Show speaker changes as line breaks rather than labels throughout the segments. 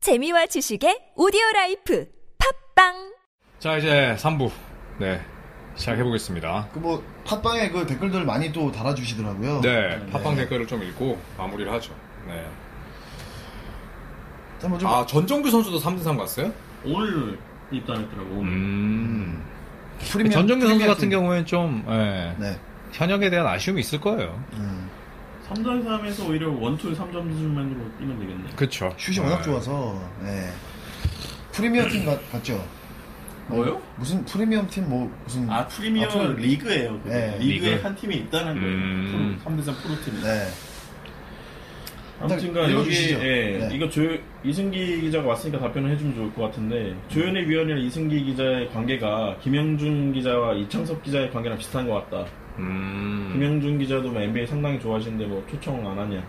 재미와 지식의 오디오 라이프 팝빵
자 이제 3부 네 시작해 보겠습니다.
그 뭐 팟빵에 그 댓글들 많이 또 달아주시더라고요.
네 팟빵 댓글을 좀 읽고 마무리를 하죠. 네.
한번 뭐 좀
아 전정규 선수도 3대3 갔어요?
오늘 입단했더라고.
음.
프리미엄-
전정규 선수
프리미엄
같은
팀.
경우에는 좀 예,
네.
현역에 대한 아쉬움이 있을 거예요.
음,
3대3에서 오히려 원투 3점수만으로 뛰면 되겠네.
그렇죠.
슛이 워낙 좋아서 네. 프리미엄 팀 같, 같죠?
뭐요?
무슨 프리미엄 팀 뭐 무슨
아, 프리미어
아, 프리-
리그예요. 그게.
네,
리그에
리그.
한 팀이 입단한
음.
거예요. 3대3 프로팀.
네.
아무튼간
일단
여기
읽어주시죠.
예,
네.
이거 조 이승기 기자가 왔으니까 답변을 해주면 좋을 것 같은데
음.
조현의 위원이랑 이승기 기자의 관계가 김영준 기자와 이창섭 기자의 관계랑 비슷한 것 같다.
음.
김영준 기자도 뭐 NBA 상당히 좋아하시는데 뭐 초청 안 하냐?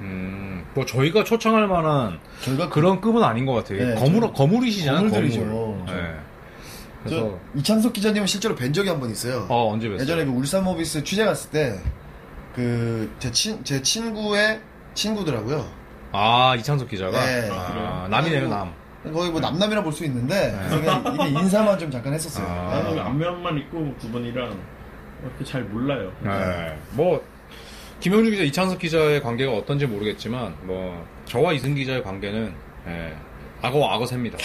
음. 뭐 저희가 초청할 만한
저희가 그
그런 급은 아닌 것 같아요.
네,
거물
좀-
거물이시잖아요.
거물들이죠.
거물.
저-
예. 그래서
저 이찬석 기자님은 실제로 뵌 적이 한 번 있어요.
어 언제 뵀어요?
예전에 그 울산 모비스 취재 갔을 때 그 제 친 제 친구의 친구더라고요.
아 이창석 기자가
네.
아, 남이네요 남.
거의 뭐 남남이라 볼 수 있는데 그냥 이게 인사만 좀 잠깐 했었어요.
아.
네.
나는 안면만 있고 구분이랑 이렇게 잘 몰라요.
네. 뭐 김영주 기자, 이창석 기자의 관계가 어떤지 모르겠지만 뭐 저와 이승 기자의 관계는 예, 악어 악어새입니다.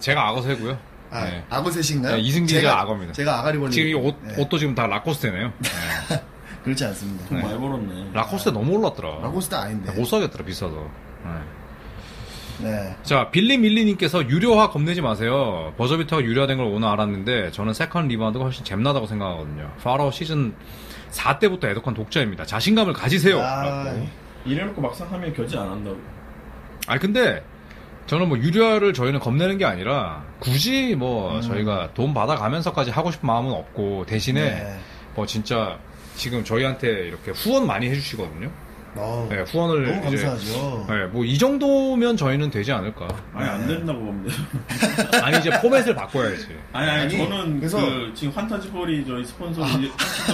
제가 악어새고요.
아,
예.
아고셋인가요?
네, 이승기
제가-
기자 악어입니다.
제가 아가리 벌리.
지금 이 옷,
네,
옷도 지금 다 라코스테네요. 예.
그렇지 않습니다. 뭐,
돈 많이 벌었네.
라코스테 너무 아. 올랐더라. 네,
라고스타 아닌데.
못 사겠더라 비싸서. 예.
네.
자, 빌리 밀리님께서 유료화 겁내지 마세요. 버저비터가 유료화된 걸 오늘 알았는데, 저는 세컨 리바운드가 훨씬 잼나다고 생각하거든요. 파라오 시즌 4 때부터 애독한 독자입니다. 자신감을 가지세요. 네.
아,
라고.
이래놓고 막상 하면 결제 안 한다고.
아니 근데 저는 뭐 유료화를 저희는 겁내는 게 아니라 굳이 뭐
음.
저희가 돈 받아가면서까지 하고 싶은 마음은 없고 대신에
네.
뭐 진짜 지금 저희한테 이렇게 후원 많이 해주시거든요.
어우,
네, 후원을
너무
이제
감사하죠.
뭐 이 정도면 저희는 되지 않을까.
아니 안 된다고 봅니다.
아니 이제 포맷을 바꿔야지.
아니 아니,
아니,
저는
그래서-
그 지금 환타지볼이 저희 스폰서 이제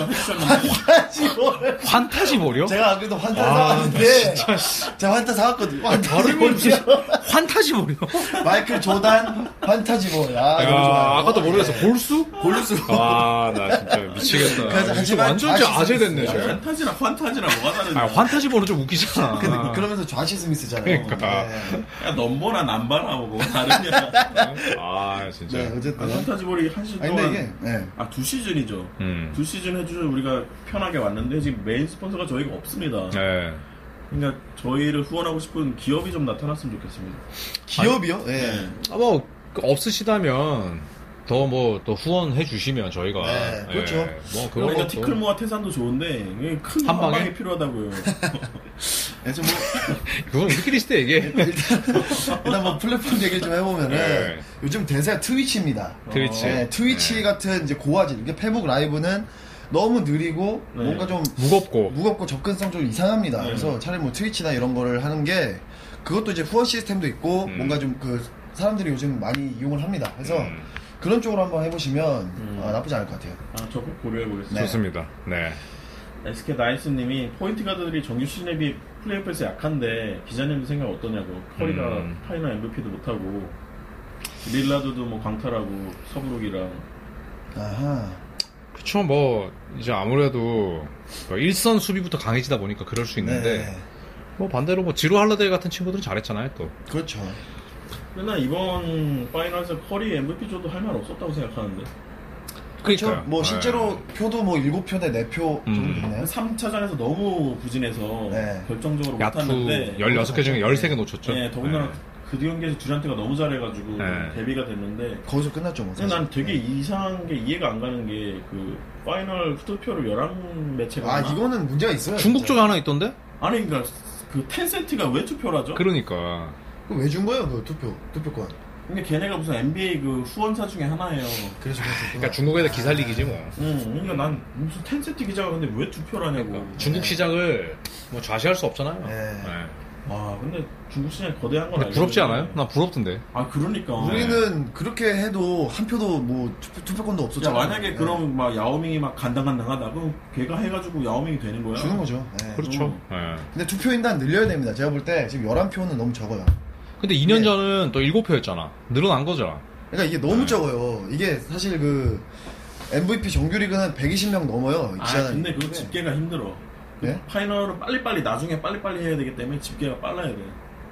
해주셨는데
지금
환타지 보려?
제가 안 그래도 환타
네. 아,
사왔는데 제가 환타 사왔거든요. 환타지 볼
환타지 보려?
마이클 조단 환타지 볼. 아, 너무 좋아요.
아까도 모르겠어. 볼수?
골루스.
아, 나 진짜 미치겠다.
그래서
진짜
하지만
완전 진짜
아시
아재 됐네,
스미스.
쟤.
환타지랑 환타지랑 뭐가 다른지
아, 환타지 보는 좀 웃기잖아.
근데 그러면서 좌시 스미스잖아요.
그러니까.
네.
야 넘버나 남바나 뭐가 다르냐
아, 진짜.
네, 어쨌든. 아니,
환타지볼이 한 시즌
근데
동안
이게, 네.
아 두 시즌이죠
음.
두 시즌 해주셔서 우리가 편하게 왔는데 지금 메인 스폰서가 저희가 없습니다
네.
그러니까 저희를 후원하고 싶은 기업이 좀 나타났으면 좋겠습니다
기업이요? 예.
네.
아, 뭐, 그 없으시다면, 더 뭐, 또 후원해 주시면 저희가.
네,
예,
그렇죠.
뭐, 그걸로.
그러니까
또-
티클모아 태산도 좋은데 이게 큰
한 방에?
한방이 필요하다고요
그래서 뭐,
그건 우리끼리 있을 때 얘기해.
네. 일단 뭐 플랫폼 얘기를 좀 해보면은
네.
요즘 대세가 트위치입니다.
트위치.
네, 트위치
네.
같은 이제 고화질, 이게 페북 라이브는 너무 느리고
네.
뭔가 좀
무겁고.
무겁고 접근성 좀 이상합니다.
네.
그래서 차라리 뭐 트위치나 이런 거를 하는 게 그것도 이제 후원 시스템도 있고
음.
뭔가 좀 그 사람들이 요즘 많이 이용을 합니다. 그래서
음,
그런 쪽으로 한번 해보시면
음.
아, 나쁘지 않을 것 같아요.
아 저거 고려해보겠습니다
좋습니다. 네.
SK 나이스님이 포인트 가드들이 정규 시즌에 비해 플레이오프에서 약한데 기자님 생각 어떠냐고 커리가
음.
파이널 MVP도 못하고 릴라드도 뭐 광탈하고 서브룩이랑
아하.
그쵸, 뭐, 이제 아무래도, 뭐 일선 수비부터 강해지다 보니까 그럴 수 있는데,
네.
뭐, 반대로 뭐, 지루 할러데이 같은 친구들은 잘했잖아요, 또.
그렇죠.
맨날 이번 파이널에서 커리 MVP 줘도 할 말 없었다고 생각하는데
저, 뭐
네.
실제로 표도 뭐 7표대 4표 정도
그러니까. 음.
있나요?
3차전에서 너무 부진해서
네.
결정적으로
야투
못하는데
16개 중에 13개 놓쳤죠.
예, 더군다나 그 경기에서 듀란트가 너무 잘해가지고
네.
데뷔가 됐는데
거기서 끝났죠 뭐.
근데 난
사실.
되게 이상한 게 이해가 안 가는 게 그 파이널 후투표를 11매체가
아 이거는 문제가 있어요.
중국
진짜.
쪽에 하나 있던데?
아니 그러니까 그 텐센트가 왜 투표를 하죠?
그러니까.
그럼 왜 준 거예요 그 투표 투표권?
근데 그러니까 걔네가 무슨 NBA 그 후원사 중에 하나예요.
그래서
그러니까 중국에다 기살리기지, 뭐.
응, 그러니까 난 무슨 텐센트 기자가 근데 왜 투표를 하냐고.
그러니까 중국
네.
시작을 뭐 좌시할 수 없잖아요.
네.
네.
아 근데 중국 시장이 거대한 건
근데
알고.
부럽지 않아요? 어, 나 부럽던데.
네.
아 그러니까.
우리는 그렇게 해도 한 표도 뭐 투표, 투표권도
야
없었잖아요.
만약에
네.
그럼 막 야오밍이 막 간당간당하다 그럼 걔가 해가지고 야오밍이 되는 거야?
주는 거죠. 네.
그렇죠.
음.
예.
근데 투표 인단 늘려야 됩니다. 제가 볼 때 지금 11표는 너무 적어요.
근데 2년
네.
전은 또 7표였잖아. 늘어난 거잖아.
그러니까 이게 너무
네.
적어요. 이게 사실 그 MVP 정규리그는 한 120명 넘어요. 네. 이
아
기자단이.
근데 그거 집계가 힘들어.
네?
파이널은 빨리빨리 나중에 빨리빨리 해야 되기 때문에 집계가 빨라야 돼.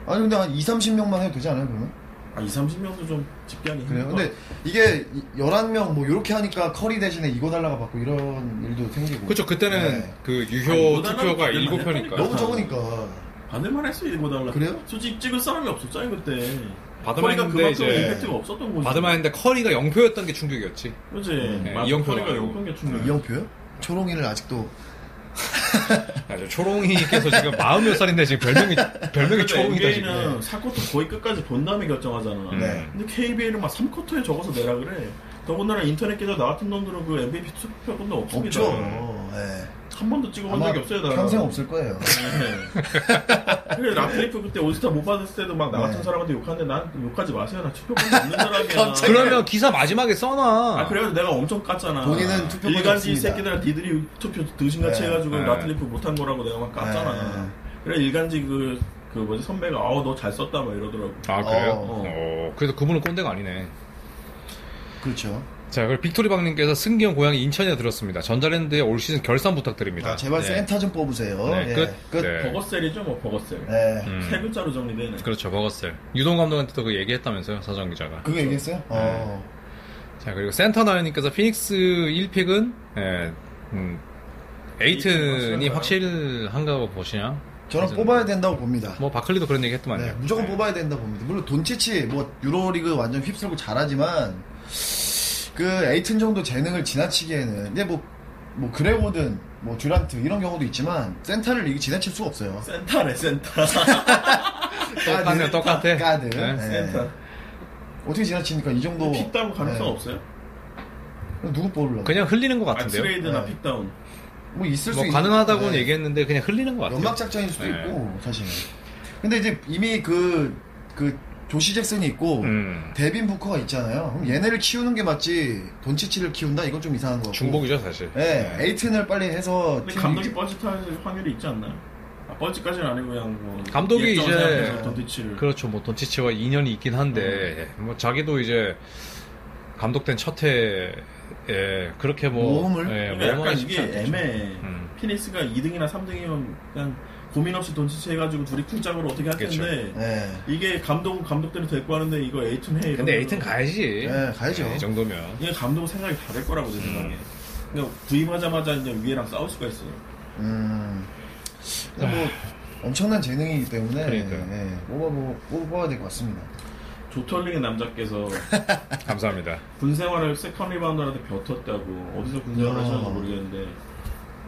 아니 근데 한 2, 30명만 해도 되지 않아요, 그러면?
아 2, 30명도 좀 집계하기 힘들
그래요.
것
근데 이게 11명 뭐 이렇게 하니까 커리 대신에 이거 달라가 받고 이런 일도 생기고.
그렇죠. 그때는
네.
그
아니,
유효
못
투표가
알아듣게
7표니까.
많이
너무 적으니까.
받을만 했어 일보달라
그래요?
솔직히 찍을 사람이 없었잖아요 그때.
받을만
거리가
했는데
그만큼
이제
임팩트가 없었던 거지.
받을만 했는데 커리가 0표였던 게 충격이었지.
그지.
네,
맞아,
이영표
거리가
말고.
영평계 충격.
네, 이영표요? 초롱이를 아직도
야, 아, 저 초롱이께서 지금 마흔 몇 살인데 지금 별명이 별명이 초롱이다 지금.
NBA는 4쿼터 거의 끝까지 본 다음에 결정하잖아.
네.
근데 KBL은 막 3쿼터에 적어서 내라 그래. 더군다나 인터넷 기자 나 같은 놈들은 그 MVP 투표권도 없습니다.
없죠. 예.
한 번도 찍어본
아마
적이 없어요. 나.
평생 없을 거예요.
네. 그래 라플리프 그때 올스타 못 받았을 때도 막 나 같은
네.
사람한테 욕하는데 난 욕하지 마세요. 나 투표권도 없는 사람이야.
깜짝이야.
그러면 기사 마지막에 써놔.
아 그래가지고 내가 엄청 깠잖아.
본인은 투표권이
일간지
없습니다.
새끼들 니들이 투표 드신같이
네.
해가지고
네.
라틀리프 못한 거라고 내가 막 깠잖아.
네.
그래 일간지 그, 그 뭐지 선배가 아우 너 잘 썼다 막 이러더라고.
아, 그래요?
어.
어, 그래서 그분은 꼰대가 아니네.
그렇죠.
자, 그리고 빅토리방님께서 승기 형 고향이 인천이라 들었습니다. 전자랜드의 올 시즌 결산 부탁드립니다.
아, 제발
네.
센터 좀 뽑으세요.
네,
예.
끝. 네.
버거셀이죠 뭐 버거셀.
예.
음.
세 글자로 정리되네.
그렇죠, 버거셀. 유동 감독한테도 그 얘기했다면서요, 사정 기자가.
그거 얘기했어요? 어.
자, 그리고 센터나연님께서 피닉스 1픽은, 예, 음, 에이튼이
에이튼이
확실한가고 보시냐?
저는
그래서-
뽑아야 된다고 봅니다.
뭐, 바클리도 그런 얘기 했더만요.
네, 무조건 뽑아야 된다 봅니다. 물론 돈치치 뭐 유로리그 완전 휩쓸고 잘하지만 그 에이튼 정도 재능을 지나치기에는 근데 뭐, 뭐 그레고든 뭐 듀란트 이런 경우도 있지만 센터를 이게 지나칠 수가 없어요.
센터래 센터.
똑같네, 똑같아.
가드.
네.
네.
센터.
어떻게 지나치니까 이 정도
픽다운 가능성
네.
없어요?
그럼 누구 뽑으려고?
그냥 흘리는 것
아
같은데요.
트레이드나
네.
픽다운.
뭐 있을
뭐,
수
가능하다고는
네.
얘기했는데, 그냥 흘리는 것 같아요.
연막 작전일 수도
네.
있고 사실. 근데 이제 이미 그 그 조시 잭슨이 있고
음,
데빈 부커가 있잖아요. 그럼 얘네를 키우는 게 맞지 돈치치를 키운다 이건 좀 이상한 거고.
중복이죠, 사실.
네, 에이튼을 빨리 해서
근데
팀-
감독이 뻘짓할 확률이 있지 않나요? 아, 뻘짓까지는 아니고 그냥 뭐
감독이
예정
이제-
생각해서 돈티치를
그렇죠. 뭐 돈치치와 인연이 있긴 한데 뭐 자기도 이제 감독된 첫 해에 그렇게 뭐
모험을?
예,
그러니까 약간
모험하기 쉽지
이게
않겠죠.
애매해.
음.
피닉스가 2등이나 3등이면 그냥 고민 없이 돈치치 해가지고 둘이 쿵짝으로 어떻게 할
그쵸.
텐데
네.
이게 감독은 감독대로 데리고 하는데 이거 에이튼 해.
근데
이러면은
에이튼 가야지.
네, 가야죠.
예, 이 정도면.
이게 감독 생각이 다를 거라고 내 생각에.
음.
그러니까 부임하자마자 이제 위에랑 싸울 수가 있어요.
음. 근데 뭐 엄청난 재능이기 때문에
아. 그러니까요.
예, 뽑아 뭐 뽑아야 될 것 같습니다.
조털링의 남자께서
감사합니다.
군 생활을 세컨 리바운더한테 벼텄다고 어디서 군
야.
생활을 하셨는지
음.
모르겠는데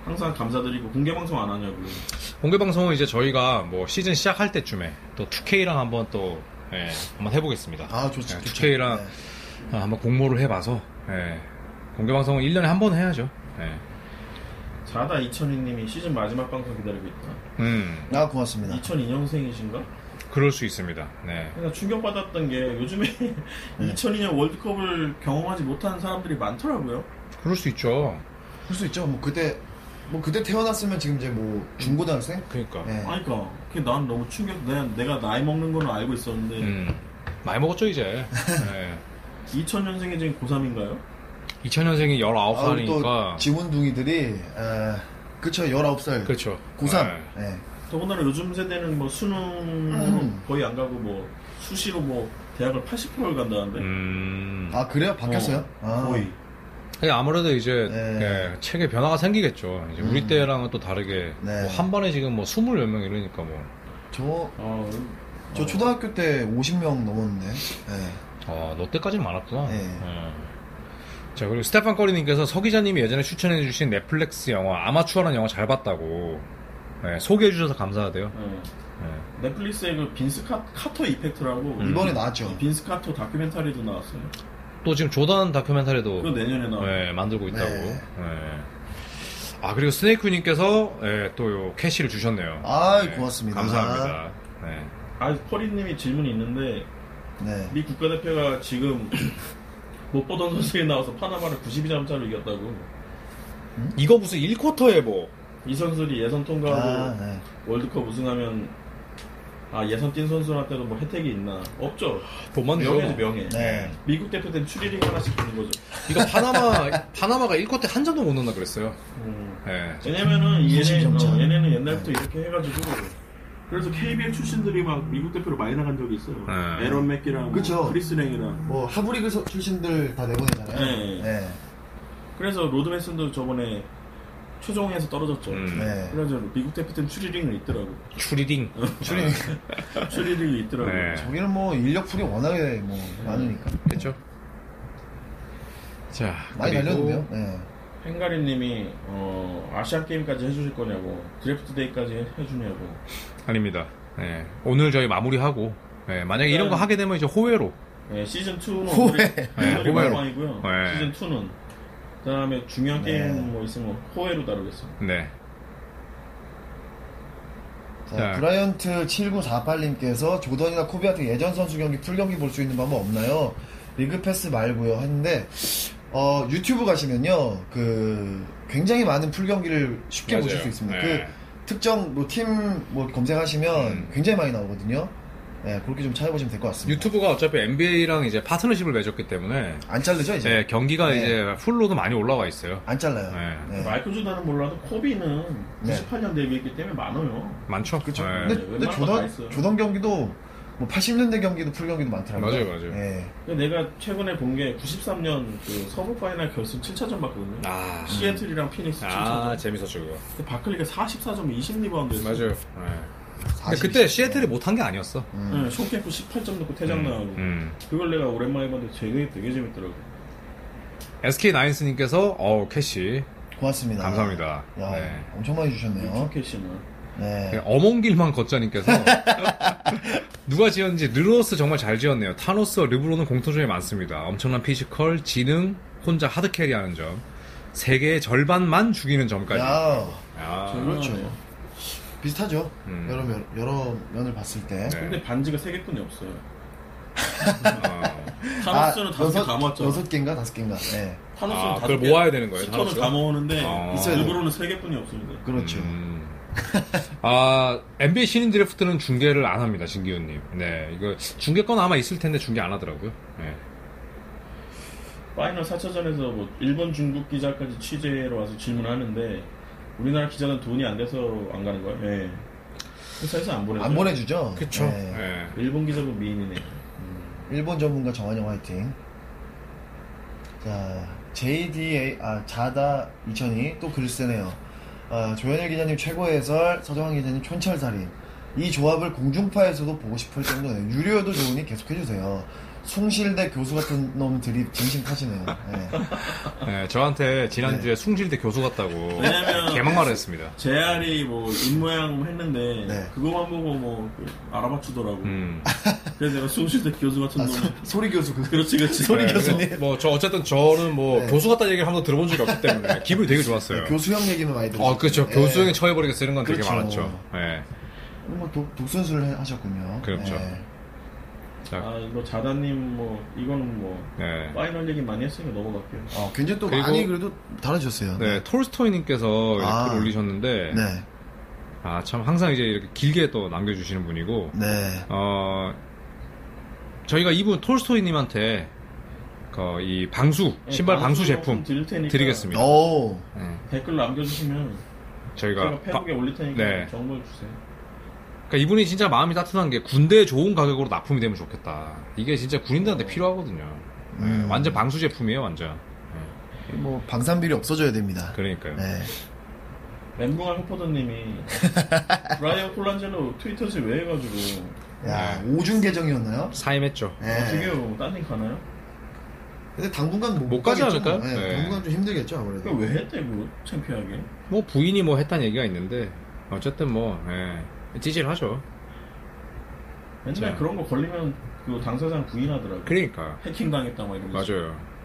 항상 감사드리고 공개 방송 안 하냐고.
공개 방송은 이제 저희가 뭐 시즌 시작할 때쯤에 또 2K랑 한번 또 예, 한번 해보겠습니다.
아, 좋지.
예,
좋죠.
2K랑 어,
네.
한번 공모를 해봐서 예, 공개 방송은 1년에 한 번 해야죠. 예.
자다 이천희님이 시즌 마지막 방송 기다리고 있다.
음,
아, 고맙습니다.
2002년생이신가?
그럴 수 있습니다. 네.
그냥 그러니까 충격받았던 게 요즘에 2002년 월드컵을 경험하지 못한 사람들이 많더라고요.
그럴 수 있죠.
할 수 있죠. 뭐 그때 뭐 그때 태어났으면 지금 이제 뭐 중고등학생?
그러니까.
예.
아니, 그니까. 그게 난 너무 충격, 내가, 내가 나이 먹는 거는 알고 있었는데,
음, 많이 먹었죠 이제. 예.
2000년생이 지금 고3인가요?
2000년생이
아, 그리고
19살이니까
또 지문둥이들이 아, 그쵸 19살
그렇죠.
고3
네.
예.
더군다나 요즘 세대는 뭐
음.
수능 거의 안 가고 뭐 수시로 뭐 대학을 80%를 간다는데.
음.
아 그래요? 바뀌었어요?
어,
아.
거의.
예, 아무래도 이제
네.
예, 책에 변화가 생기겠죠. 이제 우리
음.
때랑은 또 다르게
네.
뭐한 번에 지금 뭐 20몇 명 이러니까 뭐
저,
어,
저
어.
초등학교 때 50명 넘었는데 예.
아, 너 때까지 많았구나.
네.
예. 자 그리고 스테판 꺼리님께서 서 기자님이 예전에 추천해주신 넷플릭스 영화 아마추어라는 영화 잘 봤다고 예, 소개해주셔서 감사하대요.
어.
예.
넷플릭스의 그 빈스 카, 카터 이펙트라고.
음.
이번에 나왔죠
빈스 카터 다큐멘터리도 나왔어요.
또 지금 조던 다큐멘터리도
그거 내년에 나와요.
예, 만들고 있다고.
어. 네.
예. 아 그리고 스네이크님께서 예, 또요 캐시를 주셨네요.
아이,
예,
고맙습니다.
감사합니다. 예.
아, 코리님이 질문이 있는데,
네.
미 국가대표가 지금 못 보던 선수에 나와서 파나마를 92점 차로 이겼다고.
이거 무슨 1쿼터에 뭐
이 선수들이 예선 통과하고
아, 네.
월드컵 우승하면 아 예선 뛴 선수한테도 뭐 혜택이 있나 없죠.
돈만
명예죠
줘.
명예.
네.
미국 대표팀 추리링 하나씩 주는 거죠.
이거 파나마 파나마가 1쿼 때한 점도 못 넣나 그랬어요.
음.
예.
왜냐면은
무슨
얘네,
경찰?
어, 얘네는 옛날부터 이렇게 해가지고
그래서 KBL 출신들이 막 미국 대표로 많이 나간 적이 있어요.
네.
에런 맥기랑
그쵸.
뭐 크리스 랭이랑
뭐 하브리그 서- 출신들 다 내보내잖아요.
네.
네.
그래서 로드 웨슨도 저번에 최종에서 떨어졌죠.
음.
네.
그래서 미국 대표팀 추리링은 있더라고.
추리딩.
추리닝.
추리링이 있더라고.
네.
저기는 뭐 인력풀이 워낙에 뭐 많으니까
그렇죠. 자,
많이
그리고
달렸는데요. 네.
행가리님이 어, 아시안 게임까지 해주실 거냐고 드래프트 데이까지 해주냐고.
아닙니다. 예. 오늘 저희 마무리하고 예, 만약에 이런 거 하게 되면 이제 호외로
네, 시즌 2는
호외.
네,
오늘이
호외로.
마지막이고요.
네.
시즌 2는 그다음에 중요한
네.
게임 뭐 있으면 호외로 다루겠습니다.
네.
자,
자.
브라이언트 7948님께서 조던이나 코비한테 예전 선수 경기 풀 경기 볼 수 있는 방법 없나요? 리그 패스 말고요. 했는데 어, 유튜브 가시면요, 그 굉장히 많은 풀 경기를 쉽게
맞아요.
보실 수 있습니다.
네.
그 특정 뭐팀뭐 검색하시면
음.
굉장히 많이 나오거든요. 네, 그렇게 좀 찾아보시면 될 것 같습니다.
유튜브가 어차피 NBA랑 이제 파트너십을 맺었기 때문에
안 잘르죠 이제?
예, 경기가
네.
이제 풀로도 많이 올라와 있어요.
안 잘라요.
네.
네.
마이클 조단은 몰라도 코비는
네.
98년 데뷔했기 때문에 많아요.
많죠?
그렇죠.
예.
근데, 근데
네, 웬만한 건다
조던
있어요.
조던 경기도 뭐 80년대 경기도 풀 경기도 많더라고요.
맞아요, 맞아요.
예.
근데 내가 최근에 본 게 93년 그 서부 파이널 결승 7차전 봤거든요.
아,
시애틀이랑 피닉스 7차전.
아 재밌었죠, 그거.
근데 바클리가 44점 20리바운드
맞아요.
했어요.
예. 근데 그때 시애틀이 못한 게 아니었어.
네, 쇼캠프 18점 넣고 퇴장 나가고
음.
그걸 내가 오랜만에 봤는데 되게, 되게 재밌더라고.
SK 나인스님께서 어우 캐시
고맙습니다.
감사합니다.
야,
네.
엄청 많이 주셨네요.
쇼캐시는
네.
어몽길만 걷자님께서 누가 지었는지 르로스 정말 잘 지었네요. 타노스와 르브론은 공통점이 많습니다. 엄청난 피지컬, 지능, 혼자 하드캐리하는 점, 세계의 절반만 죽이는 점까지. 아,
야,
야.
그렇죠.
네.
비슷하죠.
음.
여러 면 여러 면을 봤을 때.
네.
근데 반지가 3개뿐이 없어요.
어.
타노스는 다섯 개
아, 여섯-
다 모았죠.
여섯 개인가 다섯 개인가. 네.
타노스는
아,
다섯
그걸
개,
모아야 되는 거예요,
스톤을
타노스가?
다 모으는데
아.
있어야 돼요.
일부로는 3개뿐이 없습니다.
그렇죠.
음. 아, NBA 신인 드래프트는 중계를 안 합니다, 신기훈님. 네, 이거 중계권 아마 있을 텐데 중계 안 하더라고요. 네.
파이널 4차전에서 뭐 일본 중국 기자까지 취재로 와서 질문하는데 우리나라 기자는 돈이 안 돼서 안 가는 거예요. 예. 회사에서 안 보내죠.
안 보내주죠. 네.
그렇죠. 네.
일본 음. 기자도 미인이네.
일본 전문가 정한영 화이팅. 자, JDA, 아, 자다 2002, 또 글을 쓰네요. 아, 조현일 기자님 최고의 해설, 서정환 기자님 촌철살인. 이 조합을 공중파에서도 보고 싶을 정도네요. 유료도 좋으니 계속해주세요. 숭실대 교수 같은 놈들이 진심 타시네요. 네.
네, 저한테 지난주에 숭실대 교수 같다고
왜냐면-
개막말을 했습니다.
재알이 뭐 입모양 했는데
네.
그거만 보고 뭐그 알아맞추더라고.
음.
그래서 내가 수험실때 교수 같은
아,
놈.
소, 소리 교수 그
그렇지 그렇지.
소리
네.
교수님.
뭐 저 어쨌든 저는 뭐
네. 그
교수 같다는 얘기를 한 번 들어본 적이 없기 때문에 기분이 되게 좋았어요.
교수형 얘기만 많이 들었어요.
그렇죠.
예.
아 그렇죠. 교수형에 처해버리게 쓰는 건 되게
그렇죠.
많았죠. 예.
뭐 독, 독순술을 해- 하셨군요.
그렇죠.
네.
자,
아 이거 자다님 뭐 이거는 뭐
네.
파이널 얘기 많이 했으니까 넘어갈게요.
어, 굉장히 또
그리고-
많이 그래도 달아주셨어요.
네, 톨스토이님께서 이렇게
아.
글 올리셨는데,
네.
아, 참, 항상 이제 이렇게 길게 또 남겨주시는 분이고,
네.
어, 저희가 이분 톨스토이님한테, 그, 이 방수,
네,
신발 방수
좀
제품
드릴 테니까
드리겠습니다.
어. 오.
네,
댓글 남겨주시면
저희가,
제가
바-
페북에 올릴 테니까
네.
정보를 주세요.
그러니까 이분이 진짜 마음이 따뜻한 게 군대에 좋은 가격으로 납품이 되면 좋겠다. 이게 진짜 군인들한테 필요하거든요. 네,
어. 음.
완전 방수 제품이에요, 완전.
뭐 방산비리 없어져야 됩니다.
그러니까요.
네.
멘붕한 효포드님이 브라이언 콜란젤로 트위터지 왜 해가지고
야,
네.
오중 계정이었나요?
사임했죠.
네.
어떻게 딴데 가나요?
근데 당분간 못,
못 가지
가겠죠.
않을까요?
네,
네.
당분간 좀 힘들겠죠, 아무래도.
그거 왜 했대 그거 창피하게
뭐 부인이 뭐 했다는 얘기가 있는데 어쨌든 뭐 예, 찌질하죠.
맨날
자.
그런 거 걸리면 그 당사자는 부인하더라고
그러니까
해킹 당했다 막 이러면서
맞아요.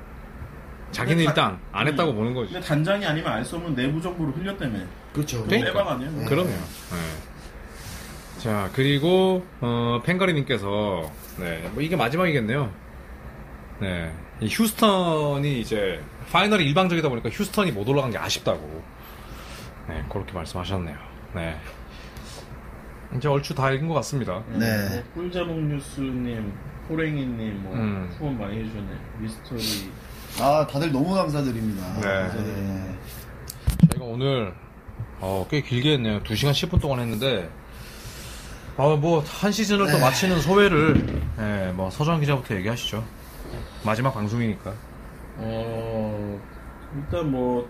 자기는
네,
다-
일단 안
음.
했다고 보는 거지.
근데 단장이 아니면 알 수 없는 내부 정보를 흘렸다며
그렇죠.
그러니까.
빼박 아니에요? 뭐.
그럼요. 예. 자 그리고 어, 펭가리님께서 네, 뭐 이게 마지막이겠네요. 네, 이 휴스턴이 이제 파이널이 일방적이다 보니까 휴스턴이 못 올라간 게 아쉽다고 네, 그렇게 말씀하셨네요. 네. 이제 얼추 다 읽은 것 같습니다.
네.
뭐 꿀자몽 뉴스님, 호랭이님, 뭐
음.
후원 많이 해주셨네요. 미스터리.
아, 다들 너무 감사드립니다.
네.
네.
저희가 오늘 어, 꽤 길게 했네요. 2시간 10분 동안 했는데 어, 아뭐한 시즌을 또 마치는 소회를 예, 뭐 서정 기자부터 얘기하시죠. 마지막 방송이니까.
어, 일단 뭐,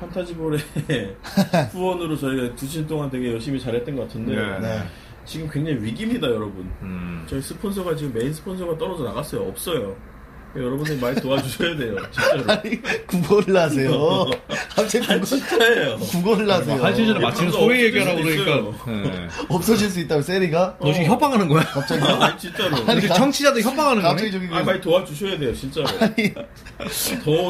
판타지볼의 후원으로 저희가 두 시즌 동안 되게 열심히 잘했던 것 같은데,
네.
네.
지금 굉장히 위기입니다, 여러분.
음.
저희 스폰서가 지금 메인 스폰서가 떨어져 나갔어요. 없어요. 여러분들이 많이 도와주셔야 돼요. 진짜로.
네.
국어를 하세요. 갑자기 국어,
진짜예요.
국어를 하세요.
한 시즌을
예,
마치는
방송
소회
없어질
얘기하라고
수도
그러니까. 예.
없어질 수 있다고 세리가?
네.
너 지금 협박하는 거야?
갑자기
아, 진짜로.
우리 청취자들 협박하는
그러니까 갑자기
거네?
저기
아, 많이 도와주셔야 돼요, 진짜로. 더,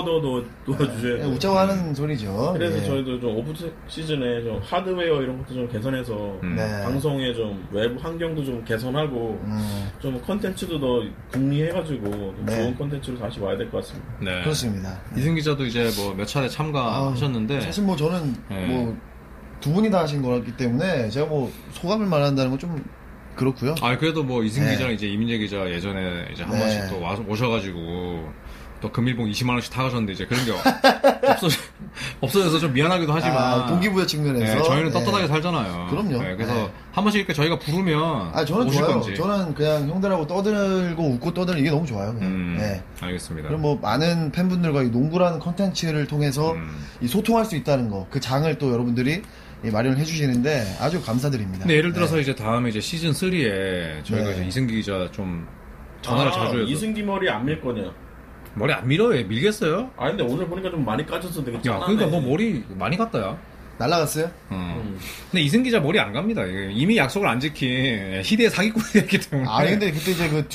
더, 더 도와주셔야
네,
돼요.
웃자고 하는 소리죠.
그래서
예.
저희도 좀 오프 시즌에 좀 하드웨어 이런 것도 좀 개선해서
음.
네.
방송에 좀 외부 환경도 좀 개선하고
음,
좀 컨텐츠도 더 궁리해가지고 좀
네.
좋은 컨텐츠로 다시 와야 될 것 같습니다.
네.
그렇습니다.
이승 기자도 이제 뭐 몇 차례
아우,
참가하셨는데
사실 뭐 저는
예.
뭐 두 분이 다 하신 거기 때문에 제가 뭐 소감을 말한다는 건 좀 그렇고요.
아 그래도 뭐 이승
네.
기자랑 이제 이민재 기자 예전에 이제 한
네.
번씩 또 와서 오셔가지고 또 금일봉 20만 원씩 타가셨는데 이제 그런 게 없어 없어져서 좀 미안하기도 하지만
아, 동기부여 측면에서
네, 저희는
예.
떳떳하게 살잖아요.
그럼요.
네, 그래서
네.
한 번씩 이렇게 저희가 부르면
아 저는
오실
좋아요.
건지.
저는 그냥 형들하고 떠들고 웃고 떠드는 이게 너무 좋아요. 그냥.
음,
예.
알겠습니다.
그럼 뭐 많은 팬분들과 이 농구라는 컨텐츠를 통해서
음.
이 소통할 수 있다는 거 그 장을 또 여러분들이 이 마련을 해주시는데 아주 감사드립니다.
근데 네, 예를 들어서 이제 다음에 이제 시즌 3에 저희가
네.
이제 이승기 기자 좀 전화를
아,
자주 해서
이승기 머리 안 밀 거냐?
머리 안 밀어요? 밀겠어요?
아 근데 오늘 보니까 좀 많이 까졌어 되게
야,
짠하네.
그러니까 뭐 머리 많이 갔다야.
날라갔어요?
음.
근데 이승 기자 머리 안 갑니다. 이게 이미 약속을 안 지킨 희대의 사기꾼이었기 때문에.
아니 근데 그때 이제 그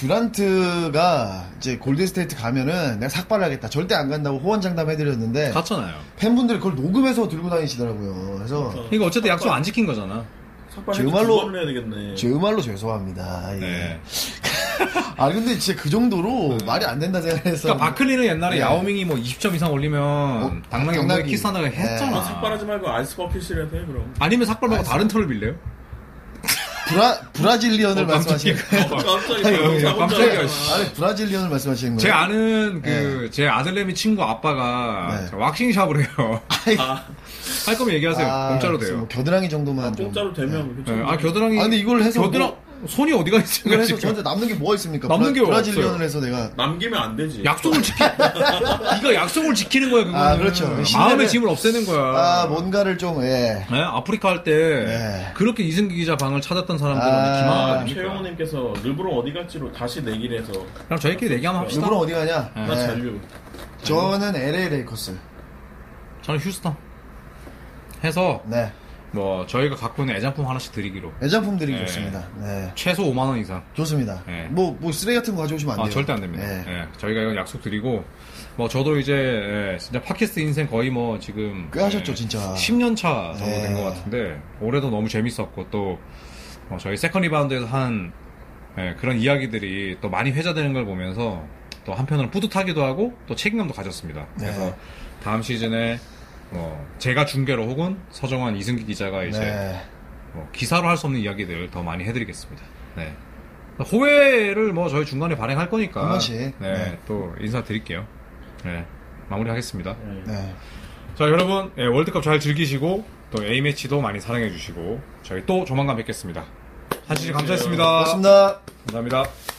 듀란트가 이제 골든스테이트 가면은 내가 삭발하겠다 절대 안 간다고 호언장담 해드렸는데
갔잖아요.
팬분들이 그걸 녹음해서 들고 다니시더라고요. 그래서
이거 그러니까 어쨌든 약속 안 지킨 거잖아.
삭발해서
정말로-
두 번을 해야 되겠네.
정말로 죄송합니다. 예.
네.
아 근데 진짜 그 정도로 말이 안 된다 생각해서
그러니까 바클리는 옛날에
네.
야오밍이 뭐 20점 이상 올리면
어,
당나귀
당나귀.
엉덩이 키스한다고 했잖아.
아, 삭발하지 말고 아이스 버킷이라도 해 그럼.
아니면 삭발 말고 다른 털을 빌래요?
브라 브라질리언을
어,
네. 말씀하시는 네.
깜짝이야.
아, 깜짝이야.
아니,
나 혼자
깜짝이야,
알아.
씨.
아니 브라질리언을 말씀하시는
제
거예요?
아는 그 제 아들내미 친구 아빠가
네.
저 왁싱샵을 해요.
아,
할 거면 얘기하세요. 공짜로
그래서 뭐
돼요.
겨드랑이 정도만 좀.
공짜로 되면
네,
괜찮아.
아 겨드랑이.
아, 근데 이걸 해서 뭐
겨드랑 손이 어디가
이걸
있을까
해서
지금?
저한테 남는 게 뭐가 있습니까?
남는 게 없어요.
브라질리언을 해서 내가
남기면 안 되지.
약속을 지키. 네가 약속을 지키는 거야 그거.
아, 그렇죠. 신뢰를-
마음의 짐을 없애는 거야.
아 뭔가를 좀 예.
네, 아프리카 할 때
네.
그렇게 이승기 기자 방을 찾았던 사람들은
아,
기만한
아,
거니까.
최영호님께서 르브론 어디 갈지로 다시 내기를 해서
그럼 저희끼리 얘기 한번 합시다.
누구랑 어디 가냐?
네.
나
예.
잔류.
저는 LA 레이커스.
저는 휴스턴 해서
네.
뭐 저희가 갖고 있는 애장품 하나씩 드리기로
애장품들이
예.
좋습니다. 네.
최소 5만 원 이상.
좋습니다.
예.
뭐, 뭐, 쓰레기 같은 거 가져오시면 안
아
돼요.
절대 안 됩니다.
예.
예, 저희가 이건 약속드리고 뭐 저도 이제 예, 진짜 팟캐스트 인생 거의 뭐 지금
꽤 하셨죠, 진짜.
10년 차 정도 된것
예.
같은데 올해도 너무 재밌었고 또 어, 저희 세컨 리바운드에서 한 예, 그런 이야기들이 또 많이 회자되는 걸 보면서 또 한편으로 뿌듯하기도 하고 또 책임감도
네.
가졌습니다. 그래서 다음 시즌에 뭐 제가 중계로 혹은 서정환 이승기 기자가 이제
네.
뭐 기사로 할 수 없는 이야기들 더 많이 해드리겠습니다. 네. 호회를 뭐 저희 중간에 발행할 거니까
한 번씩.
네,
네.
또 인사드릴게요. 네, 마무리하겠습니다.
예.
네.
자 여러분 예, 월드컵 잘 즐기시고 또 A 매치도 많이 사랑해 네, 주시고 저희 또 조만간 뵙겠습니다. 한 시즌 감사했습니다.
고맙습니다.
감사합니다.